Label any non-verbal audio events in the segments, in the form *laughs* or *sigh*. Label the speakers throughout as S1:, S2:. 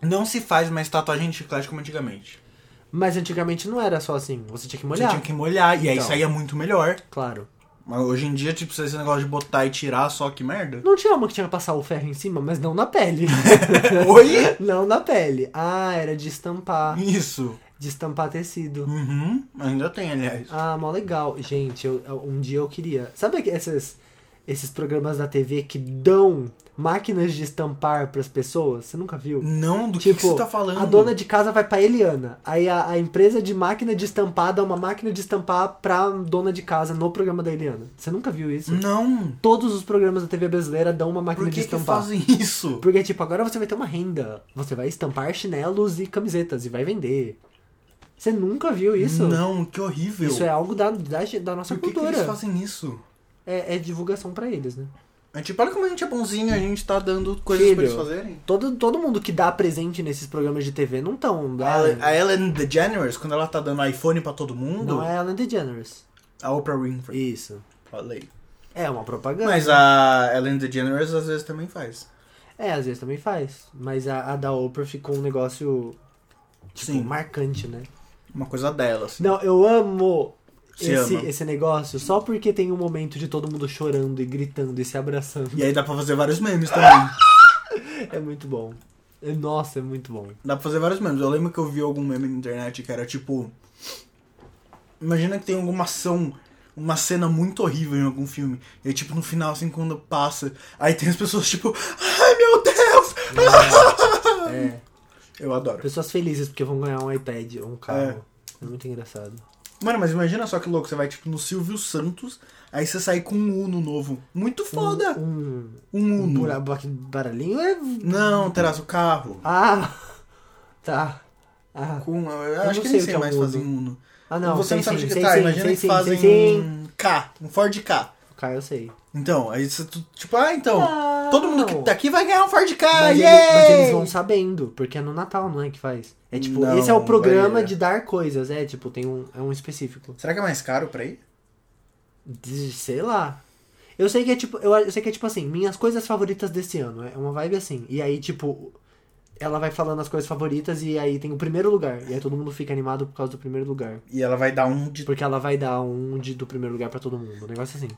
S1: Não se faz mais tatuagem de chiclete como antigamente.
S2: Mas antigamente não era só assim, você tinha que
S1: Você
S2: molhar.
S1: tinha que molhar, e aí
S2: Então.
S1: saía muito melhor.
S2: Claro.
S1: Mas hoje em dia, tipo, esse negócio de botar e tirar, só que merda. *laughs*
S2: Não tinha uma que tinha que passar o ferro em cima, mas não na pele.
S1: Oi?
S2: não na pele. Ah, era de estampar.
S1: Isso.
S2: De estampar tecido.
S1: Uhum. Ainda tem, aliás.
S2: Ah, mó legal. Gente, eu- eu- um dia eu queria. Sabe aqu- esses, esses programas da TV que dão máquinas de estampar pras pessoas? Você nunca viu?
S1: Não, do que que, você tá falando?
S2: Tipo, a dona de casa vai pra Eliana. Aí a, a empresa de máquina de estampar dá uma máquina de estampar pra dona de casa no programa da Eliana. Você nunca viu isso?
S1: Não.
S2: Todos os programas da TV brasileira dão uma máquina
S1: Por
S2: de
S1: que que
S2: estampar.
S1: fazem isso?
S2: Porque, tipo, agora você vai ter uma renda. Você vai estampar chinelos e camisetas e vai vender. Você nunca viu isso?
S1: Não, que horrível.
S2: Isso é algo da, da, da nossa
S1: Por que, que
S2: cultura.
S1: eles fazem isso?
S2: é, é divulgação pra eles, né?
S1: É tipo, olha como a gente é bonzinho, a gente tá dando coisas
S2: Filho.
S1: pra eles fazerem.
S2: Todo, todo mundo que dá presente nesses programas de TV não tão.
S1: A Ellen-
S2: Ah,
S1: A Ellen DeGeneres, quando ela tá dando iPhone pra todo mundo,
S2: não é Ellen DeGeneres.
S1: a Oprah Winfrey.
S2: Isso.
S1: Falei.
S2: É uma propaganda.
S1: Mas a Ellen DeGeneres às vezes também faz.
S2: É, às vezes também faz. Mas a, a da Oprah ficou um negócio, tipo,
S1: Sim.
S2: marcante, né?
S1: Uma coisa dela, assim.
S2: Não, eu amo
S1: Você
S2: esse,
S1: ama.
S2: esse negócio só porque tem um momento de todo mundo chorando e gritando e se abraçando.
S1: E aí dá pra fazer vários memes também.
S2: *laughs* É muito bom. É- Nossa, é muito bom.
S1: Dá pra fazer vários memes. Eu lembro que eu vi algum meme na internet que era tipo. Imagina que tem alguma ação, uma cena muito horrível em algum filme. E aí, tipo, no final, assim, quando passa, aí tem as pessoas tipo. Ai meu Deus! *laughs*
S2: É.
S1: Eu adoro.
S2: Pessoas felizes porque vão ganhar um iPad ou um carro. É, muito engraçado.
S1: Mano, mas imagina só que louco, você vai tipo no Silvio Santos, aí você sai com um Uno novo. Muito foda!
S2: Um,
S1: Um
S2: um
S1: Uno.
S2: bura- ba- baralhinho é.
S1: Não, terás o carro.
S2: Ah! *laughs* Tá. Ah,
S1: Com, eu
S2: não
S1: acho que
S2: sei
S1: nem
S2: o
S1: sei
S2: que é um
S1: mais
S2: Uno.
S1: fazer um Uno.
S2: ah não.
S1: Você não
S2: sei
S1: sabe de
S2: sim,
S1: que
S2: sei
S1: tá,
S2: sim,
S1: imagina
S2: sei
S1: que
S2: sim,
S1: fazem
S2: sei sim.
S1: um K, um Ford K.
S2: O cara eu sei.
S1: Então, aí você, tu- tipo, ah, então,
S2: Não.
S1: todo mundo que tá aqui vai ganhar um Ford K,
S2: Mas, ele-
S1: yay!
S2: mas eles vão sabendo, porque é no Natal, não é que faz. É tipo,
S1: Não,
S2: esse é o programa
S1: galera.
S2: de dar coisas, é tipo, tem um, é um específico.
S1: Será que é mais caro pra ir?
S2: De- sei lá. Eu sei que é tipo, eu, eu sei que é tipo assim, minhas coisas favoritas desse ano, é uma vibe assim. E aí tipo, ela vai falando as coisas favoritas e aí tem o primeiro lugar, e aí todo mundo fica animado por causa do primeiro lugar,
S1: E ela vai dar um de...
S2: porque ela vai dar um de, do primeiro lugar pra todo mundo, um negócio assim.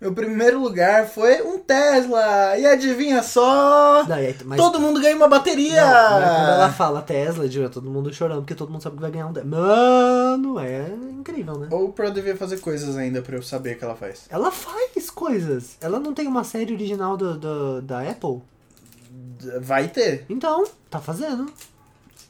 S1: Meu primeiro lugar foi um Tesla! E adivinha só...
S2: *laughs* Não, e aí- mas
S1: Todo mundo ganha uma bateria!
S2: Não, mas quando ela fala Tesla, digo, é todo mundo chorando, porque todo mundo sabe que vai ganhar um Tesla. Mano, é incrível, né?
S1: Oprah devia fazer coisas ainda pra eu saber o que ela faz.
S2: Ela faz coisas. Ela não tem uma série original do, do- da Apple.
S1: D- Vai ter.
S2: Então, tá fazendo.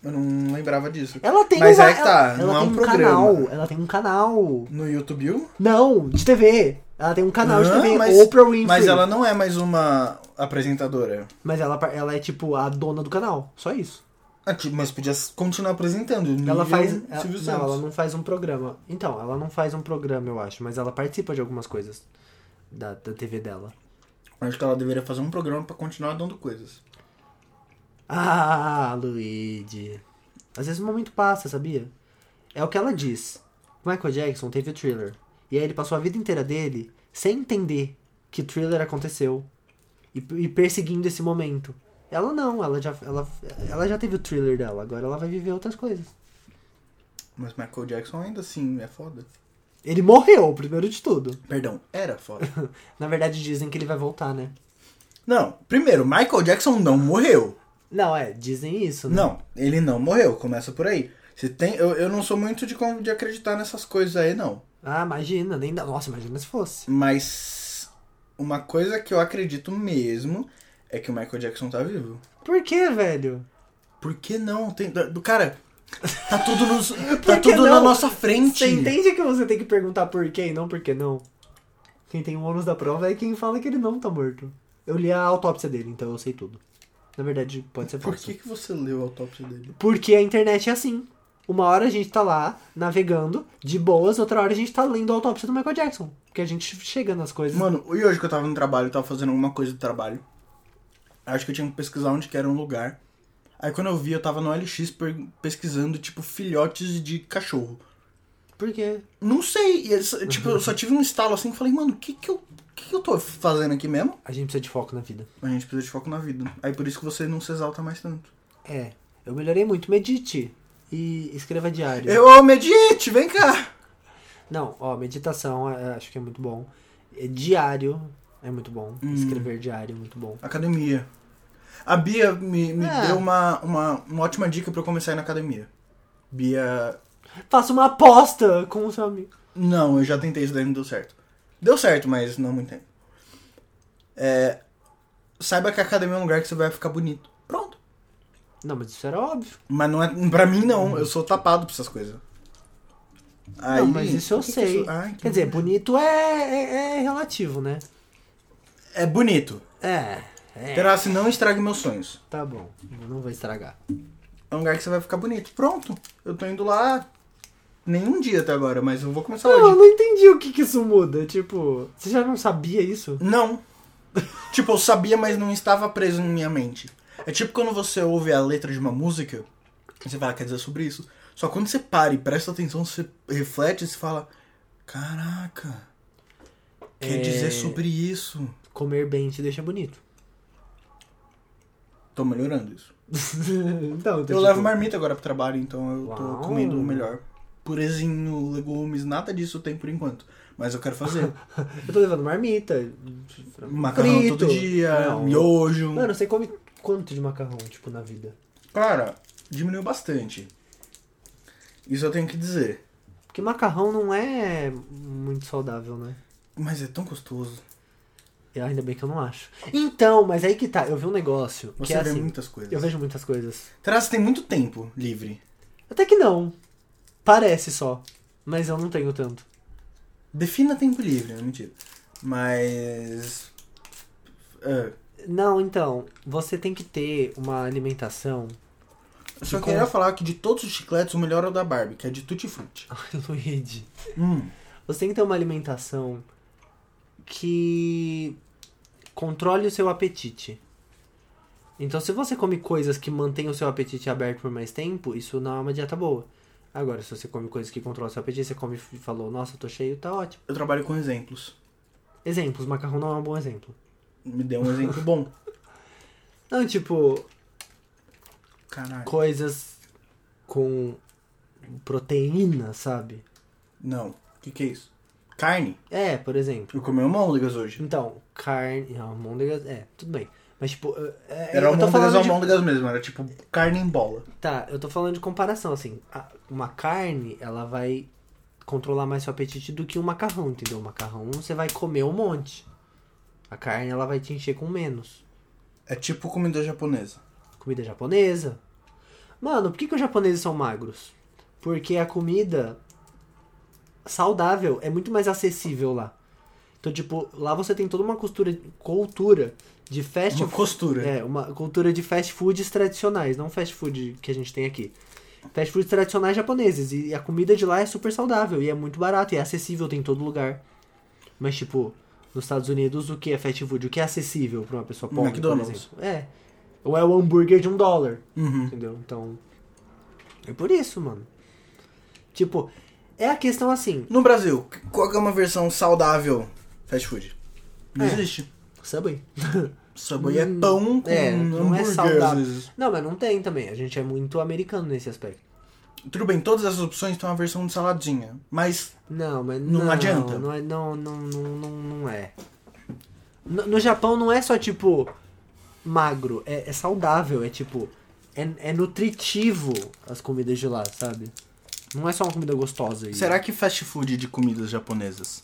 S1: Eu não lembrava disso.
S2: Ela tem
S1: Mas
S2: uma,
S1: aí que tá,
S2: ela,
S1: não
S2: ela
S1: é
S2: tem
S1: um
S2: um
S1: programa.
S2: canal. Ela tem um canal.
S1: No YouTube?
S2: Não, de TV. Ela tem um canal de
S1: Ah,
S2: TV,
S1: mas-
S2: Oprah Winfrey.
S1: Mas ela não é mais uma apresentadora.
S2: Mas ela, ela é tipo a dona do canal, só isso.
S1: Ah, tipo, Mas podia s- continuar apresentando.
S2: Ela
S1: nível
S2: faz.
S1: Silvio
S2: ela-
S1: Santos.
S2: não, ela não faz um programa. Então, ela não faz um programa, eu acho, mas ela participa de algumas coisas da, da TV dela.
S1: Acho que ela deveria fazer um programa pra continuar dando coisas.
S2: Ah, Luigi. Às vezes o momento passa, sabia? É o que ela diz. Michael Jackson teve o thriller. E aí ele passou a vida inteira dele sem entender que o thriller aconteceu. E, e perseguindo esse momento. Ela não, ela já, ela, ela já teve o thriller dela, agora ela vai viver outras coisas.
S1: Mas Michael Jackson ainda assim é foda.
S2: Ele morreu, primeiro de tudo.
S1: Perdão, era
S2: *laughs*
S1: foda.
S2: Na verdade, dizem que ele vai voltar, né?
S1: não, primeiro, Michael Jackson não morreu.
S2: Não, é, dizem isso, né?
S1: Não, ele não morreu. Começa por aí. Se tem, eu, eu não sou muito de, con- de acreditar nessas coisas aí, não.
S2: Ah, imagina, nem dá. Nossa, imagina se fosse.
S1: Mas uma coisa que eu acredito mesmo é que o Michael Jackson tá vivo.
S2: Por que, velho?
S1: Por que não? Tem, da- do cara, tá tudo, nos, tá
S2: *laughs* Por que
S1: tudo na
S2: não?
S1: nossa frente.
S2: Você entende que você tem que perguntar por quê e não por que não? Quem tem o ônus da prova é quem fala que ele não tá morto. Eu li a autópsia dele, então eu sei tudo. Na verdade, pode ser
S1: Por
S2: falso.
S1: que, que você leu a autópsia dele?
S2: Porque a internet é assim. Uma hora a gente tá lá navegando de boas, outra hora a gente tá lendo a autópsia do Michael Jackson. Porque a gente chega nas coisas.
S1: Mano, e hoje que eu tava no trabalho, eu tava fazendo alguma coisa do trabalho. Acho que eu tinha que pesquisar onde que era um lugar. Aí quando eu vi, eu tava no LX per- pesquisando, tipo, filhotes de cachorro.
S2: Por quê?
S1: Não sei, e eu só- tipo, eu só tive um estalo assim e falei, mano, o que que eu, que que eu tô fazendo aqui mesmo?
S2: A gente precisa de foco na vida.
S1: A gente precisa de foco na vida. Aí por isso que você não se exalta mais tanto.
S2: É, eu melhorei muito. Medite e escreva diário.
S1: Eu, ô, Medite, vem cá!
S2: Não, ó, meditação é, acho que é muito bom. É, Diário é muito bom.
S1: Hum.
S2: Escrever diário é muito bom.
S1: Academia. A Bia me, me
S2: É.
S1: deu uma, uma, uma ótima dica pra eu começar a ir na academia. Bia.
S2: Faça uma aposta com o seu amigo.
S1: Não, eu já tentei isso daí não deu certo. Deu certo, mas não há muito tempo. É, Saiba que a academia é um lugar que você vai ficar bonito. Pronto.
S2: Não, mas isso era óbvio.
S1: Mas não é. Pra mim
S2: Uhum.
S1: não, eu sou tapado pra essas coisas. Aí,
S2: não, mas isso eu
S1: por que que
S2: sei.
S1: sou- Ai, que
S2: Quer dizer,
S1: nojo.
S2: bonito é, é, é relativo, né?
S1: É bonito.
S2: É, é.
S1: Terá se não estrague meus sonhos.
S2: Tá bom, eu não vou estragar.
S1: É um lugar que você vai ficar bonito. Pronto. Eu tô indo lá nenhum dia até agora, mas eu vou começar
S2: Não, eu
S1: hoje.
S2: não entendi o que, que isso muda. Tipo, você já não sabia isso?
S1: Não. tipo, eu sabia, mas não estava preso na minha mente. É tipo quando você ouve a letra de uma música, e você fala, quer dizer sobre isso? Só quando você para e presta atenção, você reflete e você fala, caraca, quer
S2: É.
S1: dizer sobre isso?
S2: Comer bem te deixa bonito.
S1: Tô melhorando isso.
S2: *laughs*
S1: Tipo,
S2: então,
S1: Eu levo marmita agora pro trabalho, então eu
S2: Uau.
S1: tô comendo melhor. Purezinho, legumes, nada disso tem por enquanto. Mas eu quero *laughs* fazer.
S2: Eu tô levando marmita.
S1: Macarrão
S2: frito.
S1: todo dia,
S2: Não.
S1: miojo. um
S2: Mano, você come quanto de macarrão, tipo, na vida?
S1: Cara, diminuiu bastante. Isso eu tenho que dizer.
S2: Porque macarrão não é muito saudável, né?
S1: Mas é tão gostoso.
S2: E ainda bem que eu não acho. Então, mas aí que tá. Eu vi um negócio que
S1: Você
S2: é
S1: vê
S2: assim.
S1: muitas coisas.
S2: Eu vejo muitas coisas.
S1: Terá, você tem muito tempo livre.
S2: Até que não. Parece só. Mas eu não tenho tanto.
S1: Defina tempo livre, não é mentira. Mas. é,
S2: Não, então. Você tem que ter uma alimentação. *laughs*
S1: eu só
S2: Que
S1: queria falar que de todos os chicletes, o melhor é o da Barbie, que é de Tutti
S2: *laughs*
S1: Frutti.
S2: Ai, Luigi.
S1: Hum.
S2: Você tem que ter uma alimentação que controle o seu apetite. Então, se você come coisas que mantêm o seu apetite aberto por mais tempo, isso não é uma dieta boa. Agora, se você come coisas que controlam o seu apetite, você come e falou, nossa, tô cheio, tá ótimo.
S1: Eu trabalho com exemplos.
S2: Exemplos, macarrão não é um bom exemplo.
S1: Me deu um exemplo bom.
S2: Não, tipo,
S1: Caralho.
S2: coisas com proteína, sabe?
S1: Não. O que, que é isso? Carne.
S2: É, por exemplo.
S1: Eu comi um almôndegas hoje.
S2: Então, carne, almôndegas, é, tudo bem. Mas, tipo, é,
S1: Era
S2: eu tô
S1: almôndegas,
S2: falando de
S1: almôndegas mesmo. Era tipo carne em bola.
S2: Tá, eu tô falando de comparação, assim. a- uma carne, ela vai controlar mais seu apetite do que um macarrão, entendeu? O macarrão você vai comer um monte. A carne, ela vai te encher com menos.
S1: É tipo comida japonesa.
S2: Comida japonesa. Mano, por que, que os japoneses são magros? Porque a comida saudável é muito mais acessível lá. Então, tipo, lá você tem toda uma costura, cultura de fast
S1: Uma costura.
S2: é, uma cultura de fast foods tradicionais, não fast food que a gente tem aqui. Fast foods tradicionais japoneses. E a comida de lá é super saudável e é muito barato e é acessível, tem em todo lugar. Mas, tipo, nos Estados Unidos, o que é fast food? O que é acessível pra uma pessoa pobre,
S1: McDonald's.
S2: por exemplo? É. Ou é o hambúrguer de um dólar,
S1: Uhum.
S2: entendeu? Então, é por isso, mano. Tipo, é a questão assim,
S1: No Brasil, qual que é uma versão saudável fast food? Não
S2: É.
S1: existe.
S2: Subway. *laughs*
S1: Subway é pão com
S2: é, não é
S1: hambúrguer, às
S2: saudável.
S1: vezes.
S2: Não, mas não tem também. A gente é muito americano nesse aspecto.
S1: Tudo bem, todas essas opções têm uma versão de saladinha. Mas
S2: Não, mas
S1: Não
S2: não,
S1: adianta.
S2: Não, é- não, não, não, não, não é. No, no Japão não é só tipo magro, é, é saudável, é tipo é, é nutritivo as comidas de lá, sabe? Não é só uma comida gostosa. E...
S1: será que fast food de comidas japonesas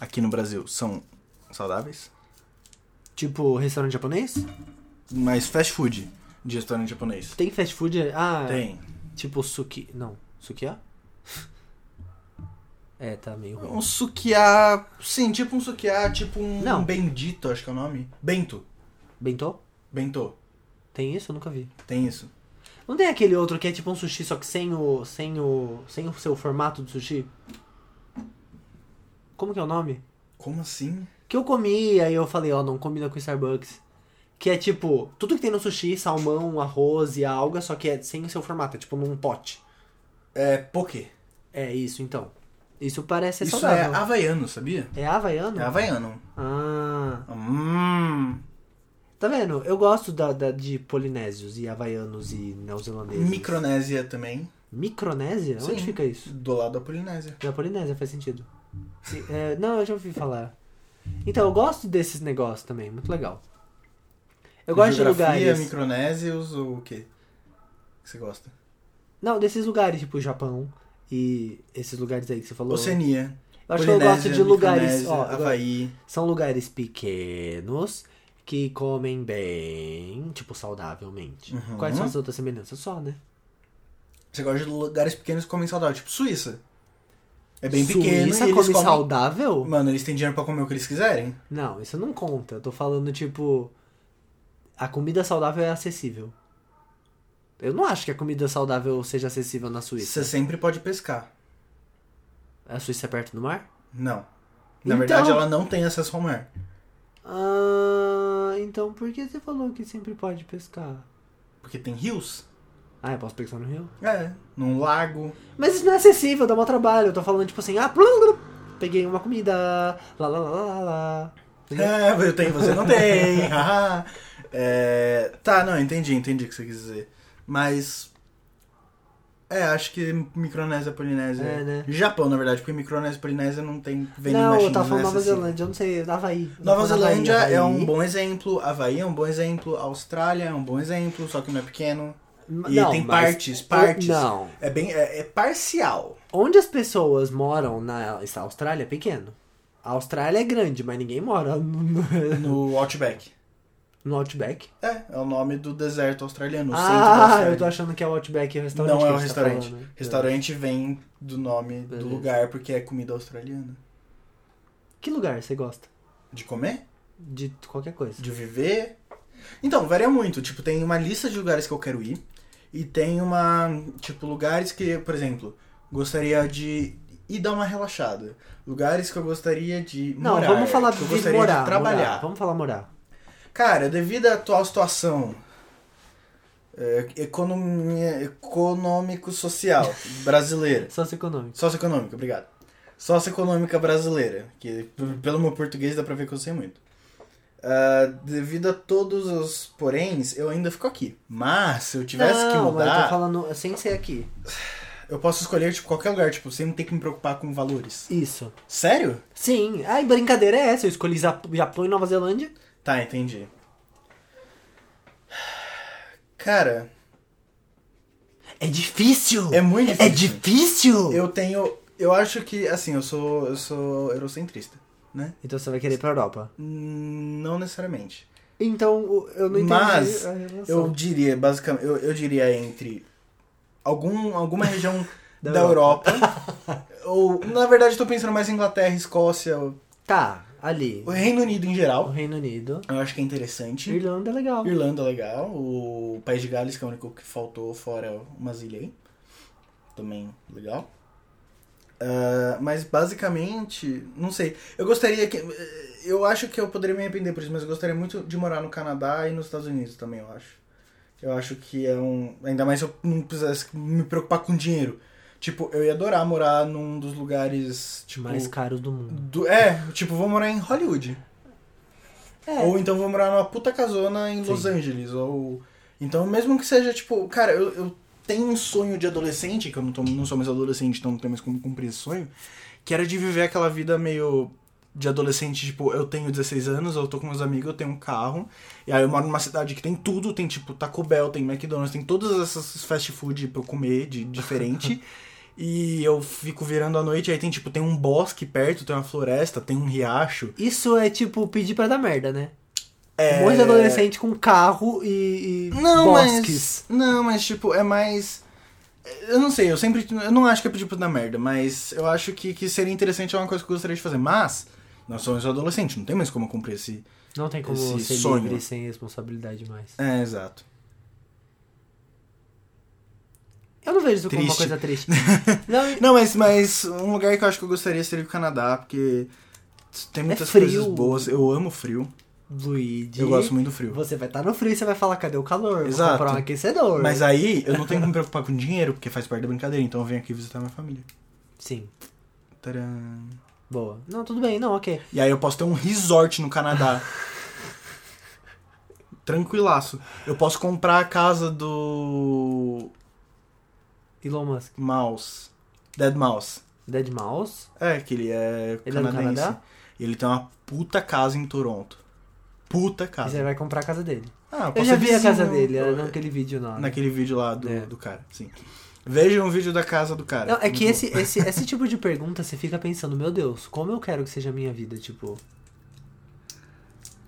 S1: aqui no Brasil são saudáveis?
S2: tipo restaurante japonês?
S1: Mas fast food de restaurante japonês?
S2: Tem fast food? Ah,
S1: Tem.
S2: Tipo suki, não, sukiá? *laughs* é, tá meio ruim.
S1: Um sukiá... Sim, tipo um sukiá, tipo um
S2: Não.
S1: bendito, acho que é o nome. Bento.
S2: Bentô?
S1: Bento.
S2: Tem isso? Eu nunca vi.
S1: Tem isso.
S2: Não tem aquele outro que é tipo um sushi, só que sem o. sem o. sem o seu formato de sushi? Como que é o nome?
S1: Como assim?
S2: Que eu comi e aí eu falei, ó, não combina com Starbucks. Que é tipo, tudo que tem no sushi, salmão, arroz e alga, só que é sem o seu formato, é tipo num pote.
S1: É poke.
S2: É isso então. Isso parece
S1: Isso
S2: saudável.
S1: é havaiano, sabia?
S2: É, havaiano?
S1: É havaiano.
S2: Ah.
S1: Hum.
S2: Tá vendo? Eu gosto da, da- de polinésios e havaianos e neozelandeses.
S1: Micronésia também,
S2: Micronésia? Onde
S1: Sim.
S2: fica isso?
S1: do lado da Polinésia.
S2: Da Polinésia, faz sentido. E, é, não, eu já ouvi falar. Então, eu gosto desses negócios também, muito legal. Eu gosto de
S1: Geografia,
S2: lugares.
S1: micronésios ou o quê? Que você gosta?
S2: Não, desses lugares, tipo Japão e esses lugares aí que você falou.
S1: Oceania.
S2: eu acho que eu gosto de lugares.
S1: Micronésia,
S2: Ó, eu gosto-
S1: Havaí.
S2: São lugares pequenos que comem bem, tipo, saudavelmente.
S1: Uhum.
S2: Quais são as outras semelhanças? Só, né?
S1: Você gosta de lugares pequenos que comem saudável, tipo Suíça. É bem
S2: Suíça
S1: pequeno e eles
S2: come
S1: comem...
S2: saudável?
S1: Mano, eles têm dinheiro pra comer o que eles quiserem.
S2: Não, isso não conta. Eu tô falando, tipo. A comida saudável é acessível. Eu não acho que a comida saudável seja acessível na Suíça.
S1: Você sempre pode pescar.
S2: A Suíça é perto do mar?
S1: Não. Na
S2: Então-
S1: verdade, ela não tem acesso ao mar.
S2: Ah, então por que você falou que sempre pode pescar?
S1: Porque tem rios.
S2: Ah, eu posso pescar no rio?
S1: É. Num lago.
S2: Mas isso não é acessível, dá mó trabalho. Eu tô falando, tipo assim, ah, blá, blá, blá, peguei uma comida. Lá, lá, lá, lá, lá, lá.
S1: É, eu tenho, você não tem. *laughs* haha. É, tá, não, entendi, entendi o que você quis dizer. Mas. É, acho que Micronésia, Polinésia.
S2: É, né?
S1: Japão, na verdade, porque Micronésia e Polinésia não tem vending
S2: não, é eu
S1: machines,
S2: tava falando
S1: né,
S2: Nova
S1: acessível.
S2: Zelândia, eu não sei, Havaí.
S1: Nova
S2: Eu tava falando Havaí,
S1: Zelândia é
S2: Havaí.
S1: um bom exemplo, Havaí é um bom exemplo, Austrália é um bom exemplo, só que não é pequeno. E
S2: Não,
S1: tem
S2: mas-
S1: partes, partes.
S2: Não.
S1: É bem. É, é
S2: *laughs*
S1: parcial.
S2: Onde as pessoas moram na Austrália é pequeno. A Austrália é grande, mas ninguém mora no, no-
S1: No Outback.
S2: no Outback.
S1: É, é o nome do deserto australiano, o centro da
S2: ah,
S1: Austrália.
S2: eu tô achando que é o Outback é o restaurante.
S1: Não
S2: que
S1: é
S2: a
S1: um
S2: gente tá
S1: restaurante.
S2: falando.
S1: restaurante vem do nome
S2: Beleza.
S1: do lugar porque é comida australiana.
S2: Que lugar você gosta?
S1: De comer?
S2: De qualquer coisa.
S1: De viver? Então, varia muito. Tipo, tem uma lista de lugares que eu quero ir. E tem uma. Tipo, lugares que, por exemplo, gostaria de ir dar uma relaxada. Lugares que eu gostaria de.
S2: Não,
S1: morar,
S2: vamos falar
S1: que eu
S2: de
S1: gostaria
S2: morar.
S1: de trabalhar.
S2: morar. Vamos falar morar.
S1: Cara, devido à atual situação é, economia, econômico-social brasileira.
S2: Socioeconômico.
S1: Socioeconômica, obrigado. Socioeconômica brasileira, que p-
S2: Uhum.
S1: pelo meu português dá pra ver que eu sei muito. Ah, devido a todos os poréns, eu ainda fico aqui. Mas, se eu tivesse que
S2: Não, mas eu
S1: mudar,
S2: tô falando sem ser aqui.
S1: eu posso escolher tipo, qualquer lugar, tipo, sem ter que me preocupar com valores.
S2: Isso.
S1: Sério?
S2: Sim. Ai, brincadeira é essa. Eu escolhi Zap- Japão e Nova Zelândia.
S1: Tá, entendi. Cara,
S2: É difícil.
S1: é muito
S2: É
S1: difícil.
S2: difícil.
S1: Eu tenho. Eu acho que, assim, eu sou. Eu sou eurocentrista, né?
S2: Então você vai querer ir pra Europa.
S1: Hum, Não necessariamente.
S2: Então, o- eu não entendi
S1: Mas,
S2: a relação.
S1: Eu diria, basicamente, eu, eu diria entre algum, alguma região *laughs*
S2: Da
S1: da, Europa. *laughs* ou, na verdade, eu tô pensando mais em Inglaterra, Escócia, o
S2: Tá, ali.
S1: o Reino Unido em
S2: O
S1: geral.
S2: Reino Unido.
S1: Eu acho que é interessante.
S2: Irlanda é legal.
S1: Irlanda é legal. O País de Gales, que é o único que faltou, fora umas ilhas aí. Também legal. Ah, mas basicamente, não sei. Eu gostaria que. eh, Eu acho que eu poderia me arrepender por isso, mas eu gostaria muito de morar no Canadá e nos Estados Unidos também, eu acho. Eu acho que é um. Ainda mais se eu não precisasse me preocupar com dinheiro. Tipo, eu ia adorar morar num dos lugares. Tipo,
S2: mais caros do mundo.
S1: do- é, tipo, vou morar em Hollywood.
S2: É.
S1: Ou então vou morar numa puta casona em
S2: Sim.
S1: Los Angeles. Ou. Então, mesmo que seja, tipo, cara, eu, eu tenho um sonho de adolescente, que eu não, tô, não sou mais adolescente, então não tenho mais como cumprir esse sonho. Que era de viver aquela vida meio de adolescente, tipo, eu tenho 16 anos, eu tô com meus amigos, eu tenho um carro. E aí eu moro numa cidade que tem tudo, tem tipo Taco Bell, tem McDonald's, tem todas essas fast food pra eu comer de diferente. e eu fico virando à noite, aí tem tipo, tem um bosque perto, tem uma floresta, tem um riacho.
S2: Isso é tipo pedir pra dar merda, né? Um monte de adolescente com carro e, e
S1: É. Não,
S2: bosques.
S1: mas. Não, mas tipo, é mais. Eu não sei, eu sempre. Eu não acho que é pedir pra dar merda, mas eu acho que, que seria interessante, é uma coisa que eu gostaria de fazer. Mas, nós somos adolescentes, não tem mais como cumprir esse.
S2: Não tem como
S1: Esse
S2: ser
S1: sonho.
S2: livre sem responsabilidade mais.
S1: É, exato.
S2: Eu não vejo isso como uma
S1: Triste.
S2: coisa triste.
S1: *laughs*
S2: não,
S1: Não, mas, mas um lugar que eu acho que eu gostaria seria o Canadá, porque tem muitas
S2: frio.
S1: coisas boas. Eu amo frio.
S2: Luigi.
S1: Eu gosto muito do frio.
S2: Você vai estar no frio e você vai falar, cadê o calor?
S1: Exato.
S2: Vou comprar um aquecedor.
S1: Mas aí eu não tenho que me preocupar com dinheiro, porque faz parte da brincadeira, então eu venho aqui visitar minha família.
S2: Sim.
S1: Tcharam.
S2: Boa. Não, tudo bem. Não, ok.
S1: E aí eu posso ter um resort no Canadá. tranquilaço. Eu posso comprar a casa do
S2: Elon Musk.
S1: Mouse. Dead Mouse.
S2: Dead Mouse?
S1: É, que ele é
S2: Ele é do
S1: canadense.
S2: Canadá?
S1: e ele tem uma puta casa em Toronto. Puta
S2: E você
S1: casa.
S2: vai comprar a casa dele.
S1: Ah,
S2: é- Eu
S1: Tá. posso
S2: já
S1: ser
S2: vi a casa
S1: vizinho,
S2: dele, era
S1: eu-
S2: naquele vídeo lá. né?
S1: Naquele vídeo lá do,
S2: É.
S1: do cara, sim. Vejam o vídeo da casa do cara.
S2: Não, é que
S1: Muito
S2: esse, esse, esse tipo de pergunta você fica pensando, meu Deus, como eu quero que seja a minha vida? Tipo,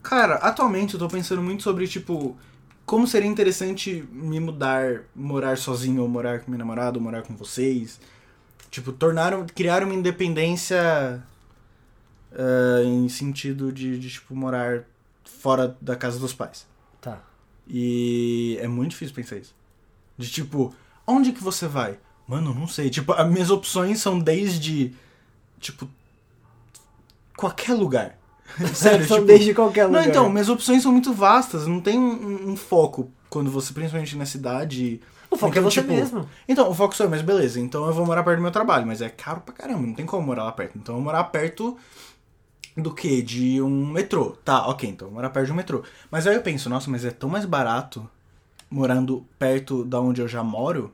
S1: Cara, atualmente eu tô pensando muito sobre, tipo, como seria interessante me mudar, morar sozinho, ou morar com minha namorada, ou morar com vocês. Tipo, tornaram, criaram uma independência eh, em sentido de, de, tipo, morar fora da casa dos pais.
S2: tá.
S1: E é muito difícil pensar isso. De tipo, onde que você vai? Mano, não sei. Tipo, as minhas opções são desde, tipo, qualquer lugar. *laughs* Sério,
S2: São
S1: tipo,
S2: desde qualquer lugar.
S1: não, então, minhas opções são muito vastas, não tem um, um foco quando você, principalmente na cidade.
S2: o foco é
S1: então,
S2: você
S1: tipo,
S2: mesmo.
S1: Então, o foco sou eu, mas beleza, então eu vou morar perto do meu trabalho, mas é caro pra caramba, não tem como morar lá perto. Então eu vou morar perto do quê? De um metrô. Tá, ok, então eu vou morar perto de um metrô. Mas aí eu penso, nossa, mas é tão mais barato morando perto da onde eu já moro.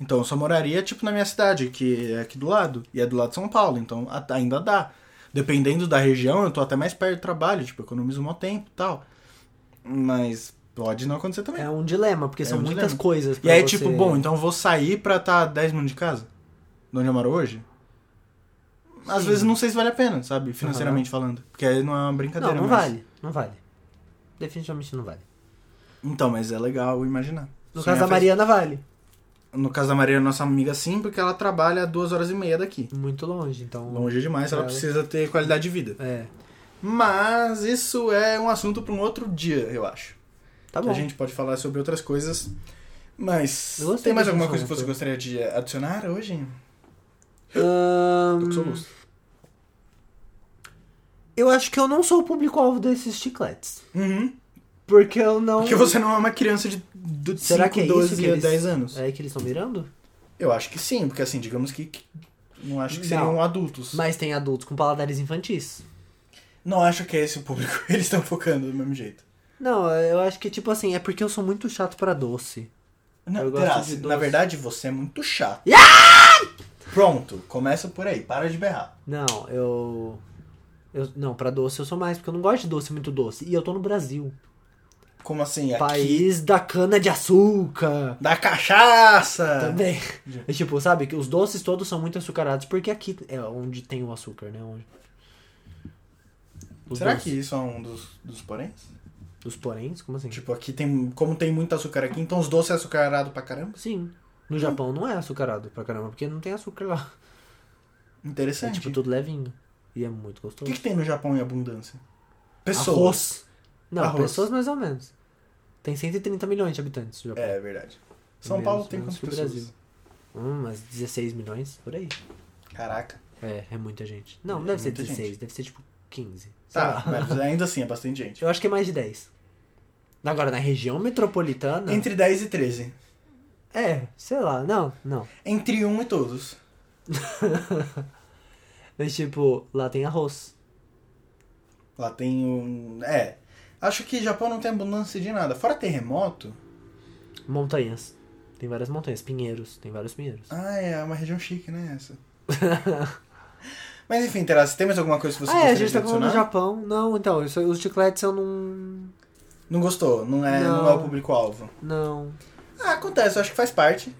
S1: Então eu só moraria, tipo, na minha cidade, que é aqui do lado. E é do lado de São Paulo, então a- ainda dá. Dependendo da região, eu tô até mais perto do trabalho, tipo, economizo mó tempo e tal. Mas pode não acontecer também.
S2: É um dilema, porque
S1: É
S2: são
S1: um
S2: muitas
S1: dilema.
S2: coisas.
S1: E
S2: pra
S1: aí,
S2: você-
S1: tipo, bom, então eu vou sair pra tá 10 minutos de casa? De onde eu moro hoje? Às
S2: Sim.
S1: vezes não sei se vale a pena, sabe? Financeiramente falando. Porque aí não é uma brincadeira.
S2: Não, não
S1: mas-
S2: vale. Não vale. Definitivamente não vale.
S1: Então, mas é legal imaginar.
S2: No
S1: Sonhar
S2: caso da
S1: é, faz-
S2: Mariana, vale.
S1: No caso da Maria, nossa amiga, sim, porque ela trabalha duas horas e meia daqui.
S2: Muito longe, então.
S1: Longe demais, ela
S2: Ela-
S1: precisa ter qualidade de vida.
S2: É.
S1: Mas isso é um assunto pra um outro dia, eu acho.
S2: Tá
S1: Que
S2: bom.
S1: A gente pode falar sobre outras coisas. Mas.
S2: Eu gostei
S1: Tem mais
S2: desse
S1: alguma coisa que
S2: assunto.
S1: você gostaria de adicionar
S2: Hum.
S1: hoje?
S2: Ahn,
S1: Tô com soluço.
S2: eu acho que eu não sou o público-alvo desses chicletes.
S1: Uhum.
S2: Porque eu não.
S1: Porque você não é uma criança de do-
S2: Será
S1: 5,
S2: que é isso
S1: 12
S2: que
S1: a
S2: eles-
S1: 10 anos.
S2: É aí que eles estão mirando?
S1: Eu acho que sim, porque assim, digamos que que- não acho que
S2: Não.
S1: seriam adultos.
S2: Mas tem adultos com paladares infantis.
S1: Não acho que é esse o público *laughs* que eles estão focando do mesmo jeito.
S2: Não, eu acho que, tipo assim, é porque eu sou muito chato pra doce.
S1: Não,
S2: Eu gosto
S1: Terassi,
S2: de doce.
S1: na verdade você é muito chato. Pronto, começa por aí, para de berrar.
S2: Não, eu. eu não, pra doce eu sou mais, porque eu não gosto de doce muito doce. E eu tô no Brasil.
S1: Como assim, aqui
S2: País da cana-de-açúcar.
S1: da cachaça.
S2: Também.
S1: Já.
S2: É tipo, sabe, que os doces todos são muito açucarados, porque aqui é onde tem o açúcar, né? Onde... Os
S1: Será
S2: doces.
S1: que isso é um dos, dos poréns?
S2: Os poréns? Como assim?
S1: Tipo, aqui tem, como tem muito açúcar aqui, então os doces é açucarado pra caramba.
S2: Sim.
S1: Hum.
S2: No Japão não é açucarado pra caramba, porque não tem açúcar lá. É
S1: Interessante.
S2: tipo tudo levinho. E é muito
S1: O
S2: gostoso.
S1: que, que tem no Japão em abundância? Pessoas.
S2: Arroz. Não,
S1: Arroz.
S2: pessoas mais ou menos. Tem 130 milhões de habitantes no Japão.
S1: É, é verdade. São
S2: Menos-
S1: Paulo tem
S2: menos
S1: quantas
S2: que o
S1: pessoas?
S2: Brasil. Hum, mas 16 milhões por aí.
S1: Caraca.
S2: É, é muita gente. Não, não
S1: É
S2: deve ser
S1: muita
S2: 16, deve ser tipo 15. sei
S1: Tá,
S2: lá.
S1: mas ainda assim é bastante
S2: *laughs*
S1: gente.
S2: Eu acho que é mais de 10. Agora, na região metropolitana.
S1: Entre 10 e 13.
S2: É, sei lá, não, não.
S1: Entre 1 e todos.
S2: Mas tipo, lá tem arroz.
S1: Lá tem um. É. Acho que Japão não tem abundância de nada. Fora terremoto.
S2: Montanhas. Tem várias montanhas. Pinheiros, tem vários pinheiros.
S1: Ah, é uma região chique, né?
S2: *laughs*
S1: Essa. Mas enfim, Terá, tem mais alguma coisa que você
S2: ah, é, a
S1: gostaria
S2: gente
S1: de
S2: tá falando
S1: adicionar?
S2: do Japão. Não, então, isso- os chicletes eu não.
S1: Não gostou, não é, não.
S2: Não.
S1: é o público-alvo.
S2: Não.
S1: Ah, acontece, eu acho que faz parte.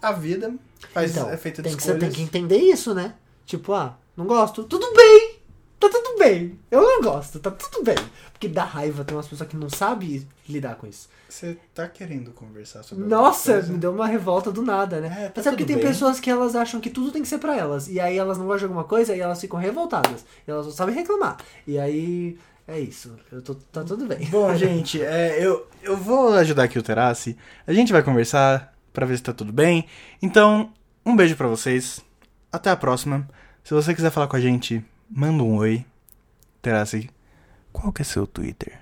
S1: A vida faz,
S2: Então,
S1: é feita de
S2: tem que, você
S1: escolhas.
S2: tem que entender isso, né? Tipo, ah, não gosto, tudo bem, tá tudo bem. Eu não gosto, tá tudo bem. Porque dá raiva, tem umas pessoas que não sabem lidar com isso.
S1: Você tá querendo conversar sobre alguma
S2: Nossa,
S1: coisa?
S2: me deu uma revolta do nada, né?
S1: É, tá
S2: Mas é porque
S1: tudo
S2: tem
S1: bem.
S2: pessoas que elas acham que tudo tem que ser pra elas. E aí elas não gostam de alguma coisa e elas ficam revoltadas. E elas não sabem reclamar. E aí, é isso. Eu tô, tá tudo bem.
S1: Bom, gente, é, eu, eu vou ajudar aqui o Terassi. A gente vai conversar pra ver se tá tudo bem. Então, um beijo pra vocês. Até a próxima. Se você quiser falar com a gente, manda um oi. Terassi, qual que é seu Twitter?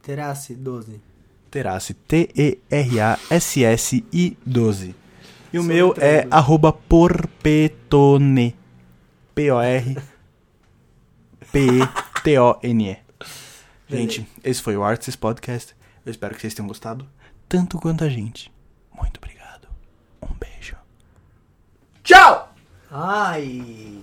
S2: Terace 12.
S1: Terassi, T-E-R-A-S-S-I-12. E o
S2: Sou
S1: meu é
S2: letrando.
S1: arroba porpetone. P-O-R P-E-T-O-N-E. Gente, esse foi o Arts Podcast. Eu espero que vocês tenham gostado, tanto quanto a gente. Muito obrigado. Um beijo. Tchau!
S2: Ai.